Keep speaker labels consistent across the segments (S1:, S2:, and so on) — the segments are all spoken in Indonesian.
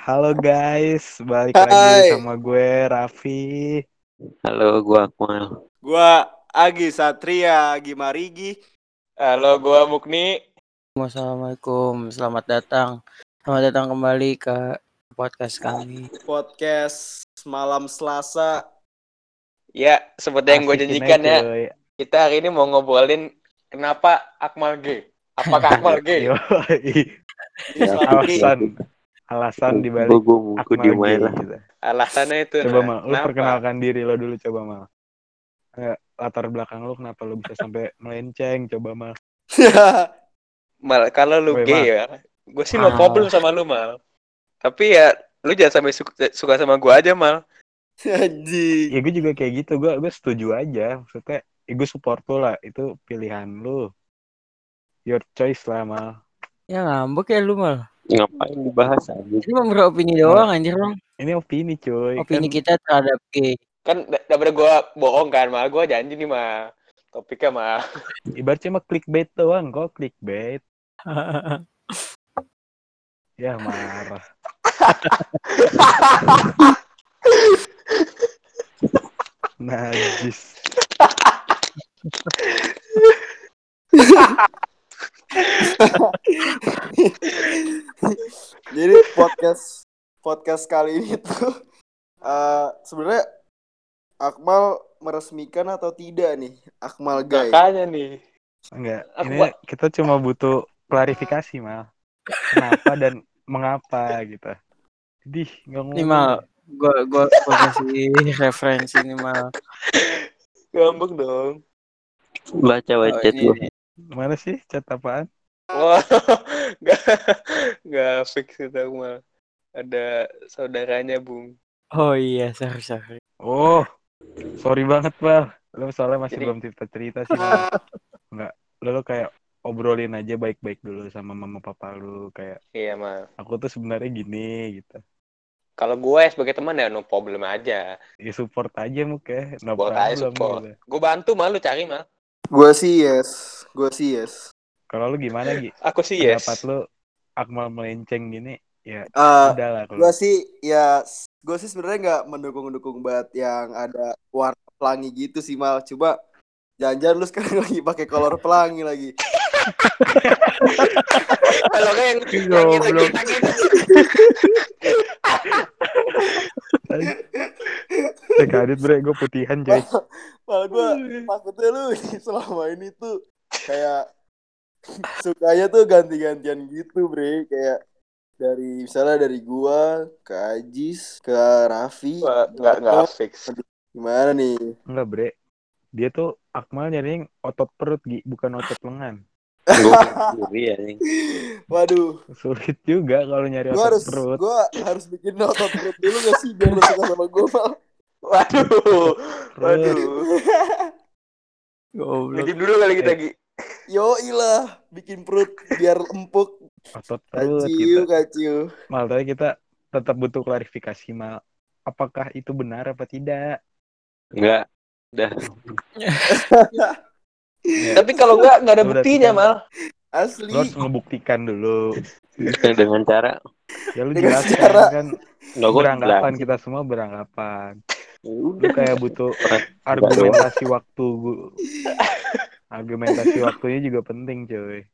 S1: Halo guys, balik
S2: Hai.
S1: lagi sama gue Raffi.
S3: Halo, gua Akmal.
S2: Gua Agi Satria, Agi Marigi.
S4: Halo, gua Mukni.
S5: Assalamualaikum, selamat datang. Selamat datang kembali ke podcast kami.
S2: Podcast malam Selasa.
S4: Ya, seperti yang gue
S1: Asikin
S4: janjikan
S1: aja,
S4: ya,
S1: cuy.
S4: kita hari ini mau ngobrolin kenapa Akmal gay. Apakah Akmal gay?
S1: Yoi.
S2: Ini
S3: Ya,
S2: suara
S3: oke.
S2: ini.
S1: Alasan, alasan dibalik
S3: Gua- gua- gua
S1: Akmal
S3: diem aja
S1: Gay
S3: lah.
S1: gitu.
S4: Alasannya itu.
S1: Coba
S4: nah,
S1: mal, lu
S4: kenapa?
S1: perkenalkan diri lo dulu coba mal. Eh, latar belakang lu kenapa lu bisa sampai melenceng coba mal.
S2: Ya,
S4: Mal, kalau lu
S1: Woi,
S4: gay ya, gue sih no
S5: Ah.
S4: problem sama lu, Mal. Tapi ya, lu jangan sampai suka, suka sama gue aja, Mal.
S2: Anjing.
S1: Ya gue juga kayak gitu, gue gue setuju aja. Maksudnya, ya gue support lu lah. Itu pilihan lu. Your choice lah mal.
S5: Ya ngambek ya lu mal.
S3: Ngapain dibahas aja?
S5: Ini mau beropini doang anjir bang.
S1: Ini opini cuy.
S5: Opini
S1: Kan-
S5: kita terhadap gay.
S4: Kan da- daripada gue bohong kan, Mal. Gue janji nih, Mal. Topiknya, Mal.
S1: Ibaratnya mah clickbait doang kok, clickbait. Ya marah. Najis.
S2: Jadi podcast podcast kali ini tuh eh, sebenarnya Akmal meresmikan atau tidak nih Akmal guys?
S4: Makanya nih.
S1: Enggak,
S4: Aku
S1: ini
S4: buat-
S1: kita cuma butuh klarifikasi, Mal. Kenapa dan mengapa gitu. Jadi nggak ngomong.
S5: Nih mal, gua gua gua kasih referensi nih mal.
S4: Gampang dong.
S3: Baca
S5: Oh,
S3: wajat
S5: ini
S3: gua.
S5: nih.
S1: Mana sih cat apaan?
S4: Wah, Oh, nggak nggak fix itu aku mal. Ada saudaranya Bung.
S5: Oh iya, sorry sorry.
S1: Oh, sorry banget, Mal. Lo soalnya masih
S4: Jadi-
S1: belum cerita-cerita sih, Mal. Enggak, lo, lo kayak obrolin aja baik-baik dulu sama mama papa lu. Kayak,
S4: Iya mal.
S1: aku tuh sebenarnya gini, gitu.
S4: Kalau gue sebagai teman ya no problem aja.
S1: Ya support aja muka, no
S4: Support aja,
S1: problem
S4: support.
S1: gitu.
S4: Gue bantu mal lu cari mal.
S2: Gua sih yes, gua sih yes.
S1: Kalau lu gimana, Gi?
S4: Aku sih yes.
S1: Pendapat lu Akmal melenceng gini, ya
S2: Eh,
S4: Ah,
S1: udah lah kalau
S2: Gue sih ya gue sih sebenarnya nggak mendukung-dukung banget yang ada warna pelangi gitu sih mal coba jangan-jangan lu sekarang lagi pakai kolor pelangi lagi
S4: Kalau kayak yang gitu, yang kita kita kita.
S1: Eh, kadit bre, gue putihan coy.
S2: malah gue takutnya lu selama ini tuh kayak sukanya tuh ganti-gantian gitu bre kayak dari misalnya dari gua ke Ajis ke Raffi
S4: Wah, Nggak
S3: Oh.
S4: nggak fix.
S2: gimana nih
S1: Enggak bre, dia tuh Akmal nyari yang otot perut Gi, bukan otot lengan.
S3: Gua sendiri ya. anjing.
S2: waduh
S1: Sulit juga kalau nyari
S2: gua
S1: otot
S2: harus
S1: perut.
S2: gua harus bikin otot perut dulu gak sih biar lu suka sama gua mal
S4: Waduh, waduh.
S5: Goblok.
S4: Ngejim dulu kali kita Gi.
S2: Yo ilah, bikin perut biar empuk.
S1: Otot perut
S2: Kaciu,
S1: gitu.
S2: kaciu.
S1: Mal tapi kita tetap butuh klarifikasi mal. Apakah itu benar apa tidak?
S3: Enggak. Udah.
S1: Ya,
S4: Tapi kalau nggak nggak ada
S1: Udah,
S4: buktinya
S1: kita-
S4: mal.
S2: Asli.
S1: lo harus ngebuktikan dulu.
S4: kan-
S3: Dengan cara
S1: Ya lu
S2: Dengan
S1: jelaskan
S2: cara-
S1: kan
S3: nggak gua
S1: beranggapan
S3: bilang.
S1: kita semua beranggapan.
S4: Ya
S1: lu
S3: Udah.
S1: kayak butuh
S3: Orang-
S1: argumentasi waktu gua. argumentasi waktunya juga penting cuy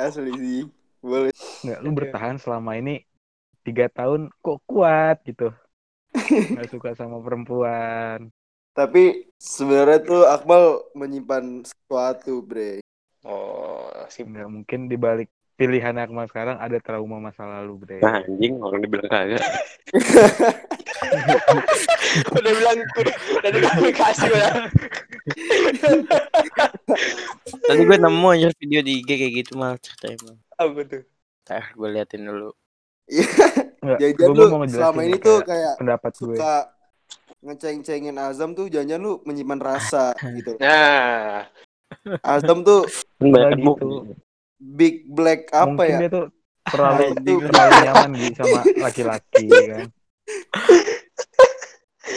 S2: Asli sih. Boleh.
S1: nggak lu
S4: Iya.
S1: bertahan selama ini tiga tahun kok kuat gitu nggak suka sama perempuan
S2: Tapi sebenarnya tuh Akmal menyimpan sesuatu, Bre.
S4: Oh, si
S1: nggak mungkin dibalik pilihan Akmal sekarang ada trauma masa lalu bre
S3: Nah, anjing orang dibilang kagak.
S4: udah bilang udah dikasih udah.
S5: Tadi gue nemu anjir video di IG kayak gitu mal ceritain mal.
S4: Apa tuh?
S5: Ntar gue liatin dulu.
S1: nggak gua-
S2: Jangan-jangan Iya, lu
S1: gua mau ngejelasin
S2: selama
S1: nih
S2: ini
S1: kayak
S2: tuh kayak
S1: pendapat ya. gue
S2: suka ngeceng-cengin Azam tuh jangan-jangan lu menyimpan rasa gitu.
S4: Nah,
S2: Azam tuh
S3: Kan banyak
S1: Nggak gitu.
S3: mukul.
S2: big black apa
S1: mungkin
S2: ya?
S1: dia tuh terlalu
S2: Anjing.
S1: terlalu nyaman gitu sama laki-laki kan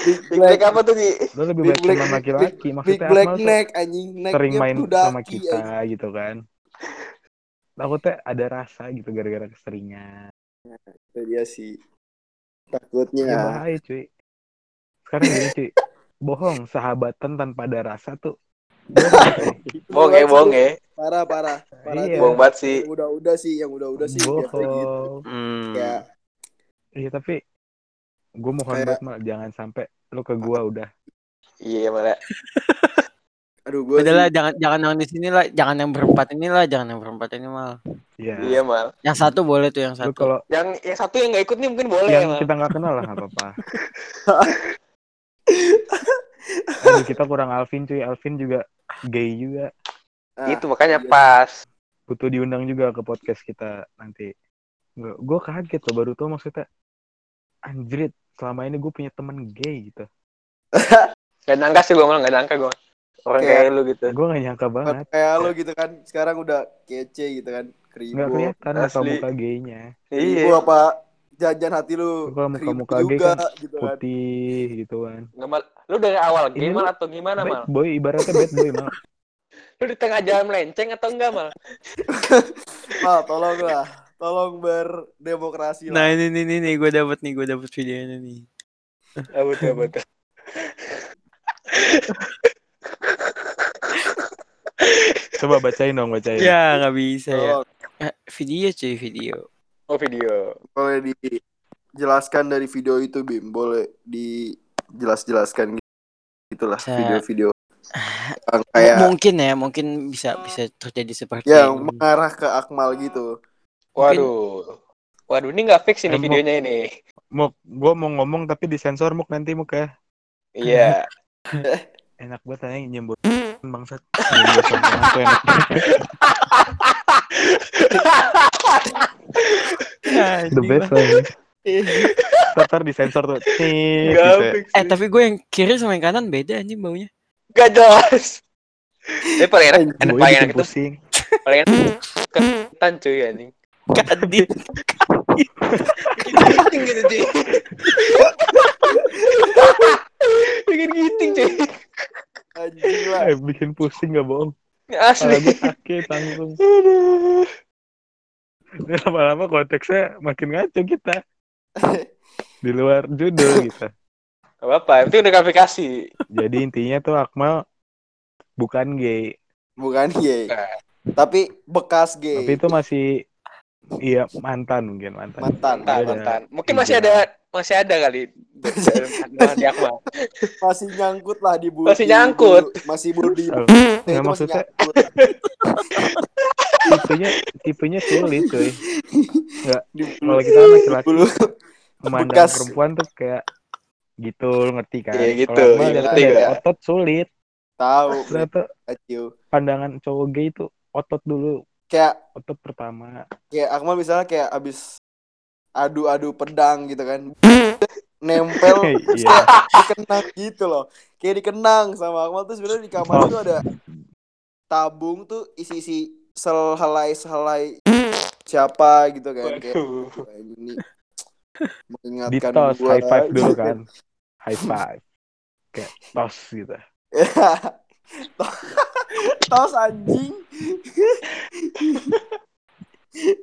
S2: Big
S4: Big Black apa tuh Ki?
S1: lu lebih
S2: Big
S1: baik
S2: black-
S1: sama laki-laki
S2: Big
S1: maksudnya
S2: black
S1: Akmal tuh
S2: neck iya. anjing, neck
S1: sering main sama
S2: anjing.
S1: kita gitu kan takutnya ada rasa gitu gara-gara keseringan
S2: Itu dia sih.
S1: Ya,
S2: takutnya
S1: bahaya cuy. Sekarang gini cuy. Bohong, sahabatan tanpa ada rasa tuh. Bohong, cuy.
S4: Bohong ya, bohong ya.
S2: parah parah parah
S1: Iya.
S4: Bohong banget sih.
S2: Yang udah-udah sih yang udah-udah sih biasanya gitu
S1: bohong.
S5: Hmm.
S2: kayak
S4: Ya,
S1: Iya tapi gue mohon
S2: Kayak-
S1: banget Mal, jangan sampai lu ke gua udah.
S4: Iya, malah.
S2: aduh gue
S5: Udah lah, jangan jangan yang di sini lah, jangan yang berempat ini lah, jangan yang berempat ini mal.
S1: Iya.
S4: Iya, mal.
S5: Yang satu boleh tuh yang
S1: Lu
S5: satu.
S1: kalau
S4: Yang yang satu yang nggak ikut nih mungkin boleh
S1: yang
S4: ya, mal.
S1: kita nggak kenal lah nggak apa-apa. Aduh, kita kurang Alvin cuy. Alvin juga gay juga.
S2: ah,
S4: Itu makanya pas.
S1: Butuh diundang juga ke podcast kita nanti. Gue kaget tuh baru tuh maksudnya. Anjrit, selama ini gue punya temen gay gitu.
S4: Gak nangka sih gue mal, gak nangka gue. Orang
S2: Kayak-
S4: kayak lu gitu.
S1: Gue gak nyangka banget.
S2: kayak lo gitu kan sekarang udah kece gitu kan
S1: nggak
S2: keribu
S1: kelihatan muka
S4: asli.
S1: muka gaynya
S2: keribu
S4: Iya.
S2: apa jajan hati lu
S1: Kalau muka-muka
S2: keribu
S1: gay
S2: juga
S1: kan
S2: gitu kan
S1: putih gitu kan
S4: Nggak, Mal. Lu dari awal
S1: Ini
S4: game
S1: lu-
S4: mal atau gimana mal?
S1: bad boy ibaratnya bad boy mal
S4: Lu di tengah jalan melenceng atau enggak mal?
S2: Mal, tolong lah Ah, tolong berdemokrasi
S5: Nah
S2: lah
S5: ini nih nih nih gue dapat nih gue dapat videonya nih.
S4: Ah betul betul.
S1: coba bacain dong bacain
S4: Iya.
S5: Ya nggak bisa ya.
S1: Oh.
S2: tolong
S5: Eh, video cuy video.
S4: Oh video.
S2: boleh dijelaskan dari video itu bim boleh dijelas-jelaskan gitu gitulah
S5: Bisa.
S2: video-video yang
S5: M-
S2: kayak
S5: mungkin ya mungkin bisa bisa terjadi seperti
S1: Ya,
S2: yang
S5: ini.
S2: mengarah ke Akmal gitu
S4: Waduh. Waduh ini nggak fix ini
S1: Emang.
S4: videonya ini.
S1: muk gue mau ngomong tapi disensor muk nanti muk ya
S4: Iya.
S1: enak banget tanya nyembur bangsat Nyembur sombongan tuh enak banget.
S5: Ah, Anjing
S1: the best
S5: banget.
S1: lah ini. Ntar disensor tuh Cip,
S4: Nggak
S1: gitu ya.
S4: fix.
S5: Eh tapi gue yang kiri sama yang kanan beda anjing baunya.
S4: Gak jelas. Tapi paling enak, enak
S1: Boy
S4: paling
S1: bikin
S4: enak itu
S1: pusing
S4: paling enak ketan cuy anjing.
S5: Kadit.
S4: Giting gitu cuy. Bikin giting cuy.
S2: anjing lah
S1: Eh, bikin pusing gak bohong
S4: Asli.
S1: Kepala gue sakit langsung
S4: Aduh.
S1: Ini lama-lama konteksnya makin ngaco kita di luar judul gitu
S4: Gak apa-apa, itu udah klarifikasi.
S1: jadi intinya tuh Akmal bukan gay
S2: bukan gay tapi bekas gay
S1: Tapi itu masih iya mantan mungkin mantan.
S2: Mantan,
S4: Mantan,
S1: Iya,
S4: mantan. Mungkin masih ada masih ada kali di Akmal.
S2: masih nyangkut lah di bulu
S4: Masih nyangkut.
S2: di bulu- masih bulu di
S1: Nggak,
S2: itu masih
S1: maksudnya
S2: nyangkut.
S1: Tipenya tipenya sulit cuy.
S2: Di bulu-
S1: Kalau kita kan laki-laki
S2: bulu
S1: memandang
S2: bekas.
S1: perempuan tuh kayak gitu lu ngerti kan?
S4: Iya, gitu.
S1: Kalau Akmal
S2: Iya,
S1: ternyata
S2: ngerti
S1: dari
S4: gua.
S1: otot sulit.
S2: tahu
S1: Ternyata
S2: Acio.
S1: pandangan cowok gay itu otot dulu
S2: kayak
S1: otot pertama.
S2: kayak Akmal misalnya kayak abis adu-adu pedang gitu kan nempel
S1: Iya.
S2: dikenang gitu loh kayak dikenang sama Akmal tuh sebenarnya di
S1: Oh.
S2: kamar tuh ada tabung tuh isi-isi selhelai selhelai siapa gitu kan kayak
S4: Waduh.
S2: ini
S1: Di
S2: mengingatkan
S1: tos
S2: gua
S1: high five dulu
S2: gitu.
S1: kan. High five. Kayak tos gitu.
S2: To- Tos anjing.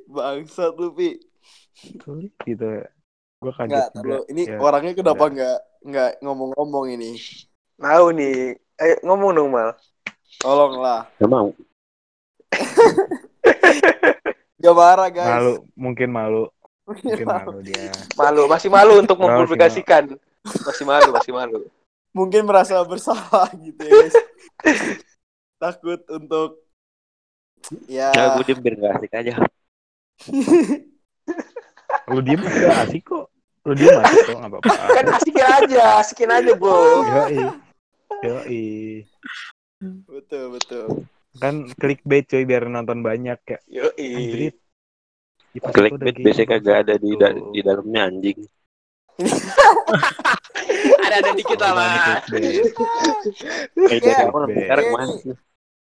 S2: Bangsat lu, Pi.
S1: Sulit gitu. Gua kaget
S2: Enggak,
S1: juga.
S2: lu. Ini
S1: Ya,
S2: orangnya kenapa
S1: udah.
S2: enggak enggak ngomong-ngomong ini?
S4: Mau nih. Ayo ngomong dong, Mal.
S2: Tolonglah.
S3: Gak mau.
S2: Gak marah, guys.
S1: Malu, mungkin malu, mungkin malu dia.
S4: Malu, masih malu untuk
S1: Malu sih,
S4: mempublikasikan. Masih malu, masih malu.
S2: Mungkin merasa bersalah gitu ya, guys. Takut untuk ya
S3: Ya gue diem biar gak asik aja.
S1: Lu diem aja asik kok. Lu diem asik kok nggak apa-apa.
S4: Kan asikin aja, asikin aja, Bro.
S1: Yoi. Yoi.
S2: betul betul.
S1: Kan clickbait cuy biar nonton banyak ya.
S2: Iya.
S4: Yoi.
S1: Anjrit. Ya, pas aku udah gitu.
S3: Clickbait
S1: gini,
S3: biasanya kagak ada di, da-
S1: Tuh.
S3: di dalamnya anjing.
S4: Ada-ada dikit lah,
S1: Apaan nih
S4: Mal.
S1: clickbait?
S3: Eh, dari awal sampai
S1: Clickbait.
S2: Kayak-
S4: Iya,
S3: sekarang
S2: Kayak
S3: mana
S2: ini-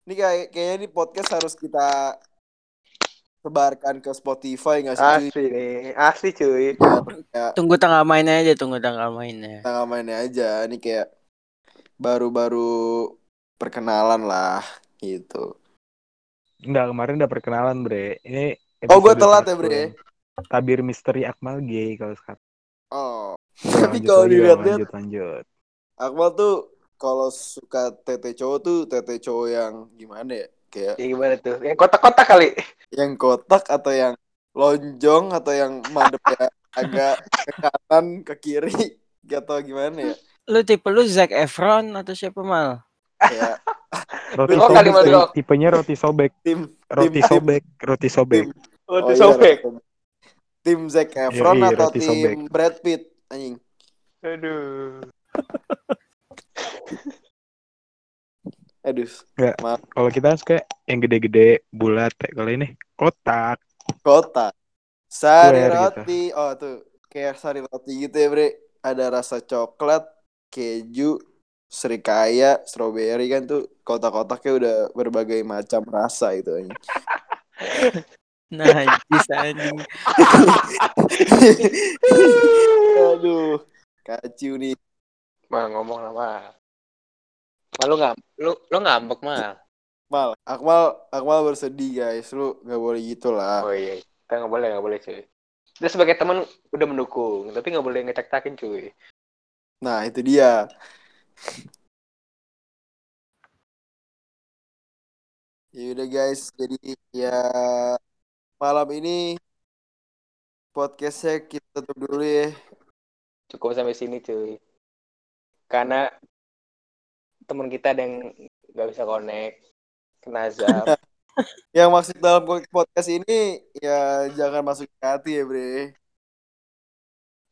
S2: Ini kayak kayaknya ini podcast harus kita sebarkan ke Spotify nggak sih? cuy?
S4: Asli nih, asli cuy.
S2: Biar kayak
S5: Tunggu tanggal mainnya aja tunggu ya. tanggal mainnya.
S2: tanggal mainnya aja ini kayak baru-baru perkenalan lah gitu
S1: Enggak, kemarin udah perkenalan, Bre. Ini
S2: Oh, gua
S1: episode
S2: telat ya,
S1: satu.
S2: Bre.
S1: Tabir misteri Akmal gay kalau sekarang.
S2: Oh.
S1: Lanjut
S2: Tapi kalau
S1: lagi,
S2: dilihat-lihat
S1: lanjut lanjut.
S2: Akmal tuh kalau suka tete cowok tuh tete cowok yang gimana ya? Kayak
S4: Ya gimana tuh? Yang kotak-kotak kali.
S2: yang kotak atau yang lonjong atau yang madepnya agak ke kanan ke kiri atau gimana ya?
S5: Lu tipe lu Zac Efron atau siapa mal?
S2: Kayak
S1: Roti
S2: Bro,
S1: sobek,
S4: kalimat, bro.
S1: tipenya roti sobek,
S2: tim
S1: roti
S2: tim.
S1: sobek, roti sobek.
S2: oh
S4: Oh,
S2: iya,
S4: sobek.
S2: roti- Tim Zac Efron
S1: Yoi,
S2: atau
S1: roti
S2: tim
S1: sobek.
S2: Brad Pitt anjing.
S4: Aduh.
S2: Aduh.
S1: Kalau kita kan suka yang gede-gede, bulat. Kalau ini kotak.
S2: Kota.
S1: Square
S2: Sari
S1: gitu.
S2: roti. Oh tuh. Kayak sari roti gitu ya, Bre. Ada rasa coklat, keju, serikaya, strawberry kan tuh kotak-kotaknya udah berbagai macam rasa itu anjing.
S5: Nah, bisa anjing.
S2: Aduh. Kacau nih.
S4: Mal ngomong lah, Mal. Mal, lu ngam lu lu ngambek, Mal.
S2: Akmal, Akmal, Akmal bersedih guys. Lu gak boleh gitu lah.
S4: Oh iya, kita nggak boleh, nggak boleh cuy. Dia sebagai teman udah mendukung, tapi nggak boleh ngecak-cakin cuy.
S2: Nah, itu dia. Ya udah guys, jadi ya malam ini podcastnya kita tutup dulu ya.
S4: Cukup sampai sini cuy. Karena teman kita ada yang nggak bisa connect, kena azab.
S2: Yang maksud dalam podcast ini ya jangan masuk ke hati ya bre.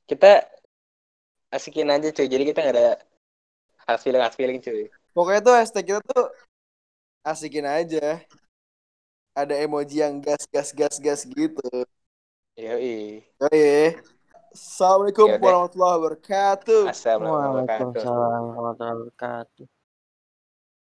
S4: kita asikin aja cuy, jadi kita nggak ada hard feeling hard feeling cuy.
S2: Pokoknya tuh hashtag kita tuh asikin aja. Ada emoji yang gas gas gas gas gitu.
S4: Yoi.
S2: Oke. Assalamualaikum
S4: Yaudah.
S2: warahmatullahi wabarakatuh.
S4: Assalamualaikum warahmatullahi wabarakatuh.
S5: Waalaikumsalam warahmatullahi wabarakatuh.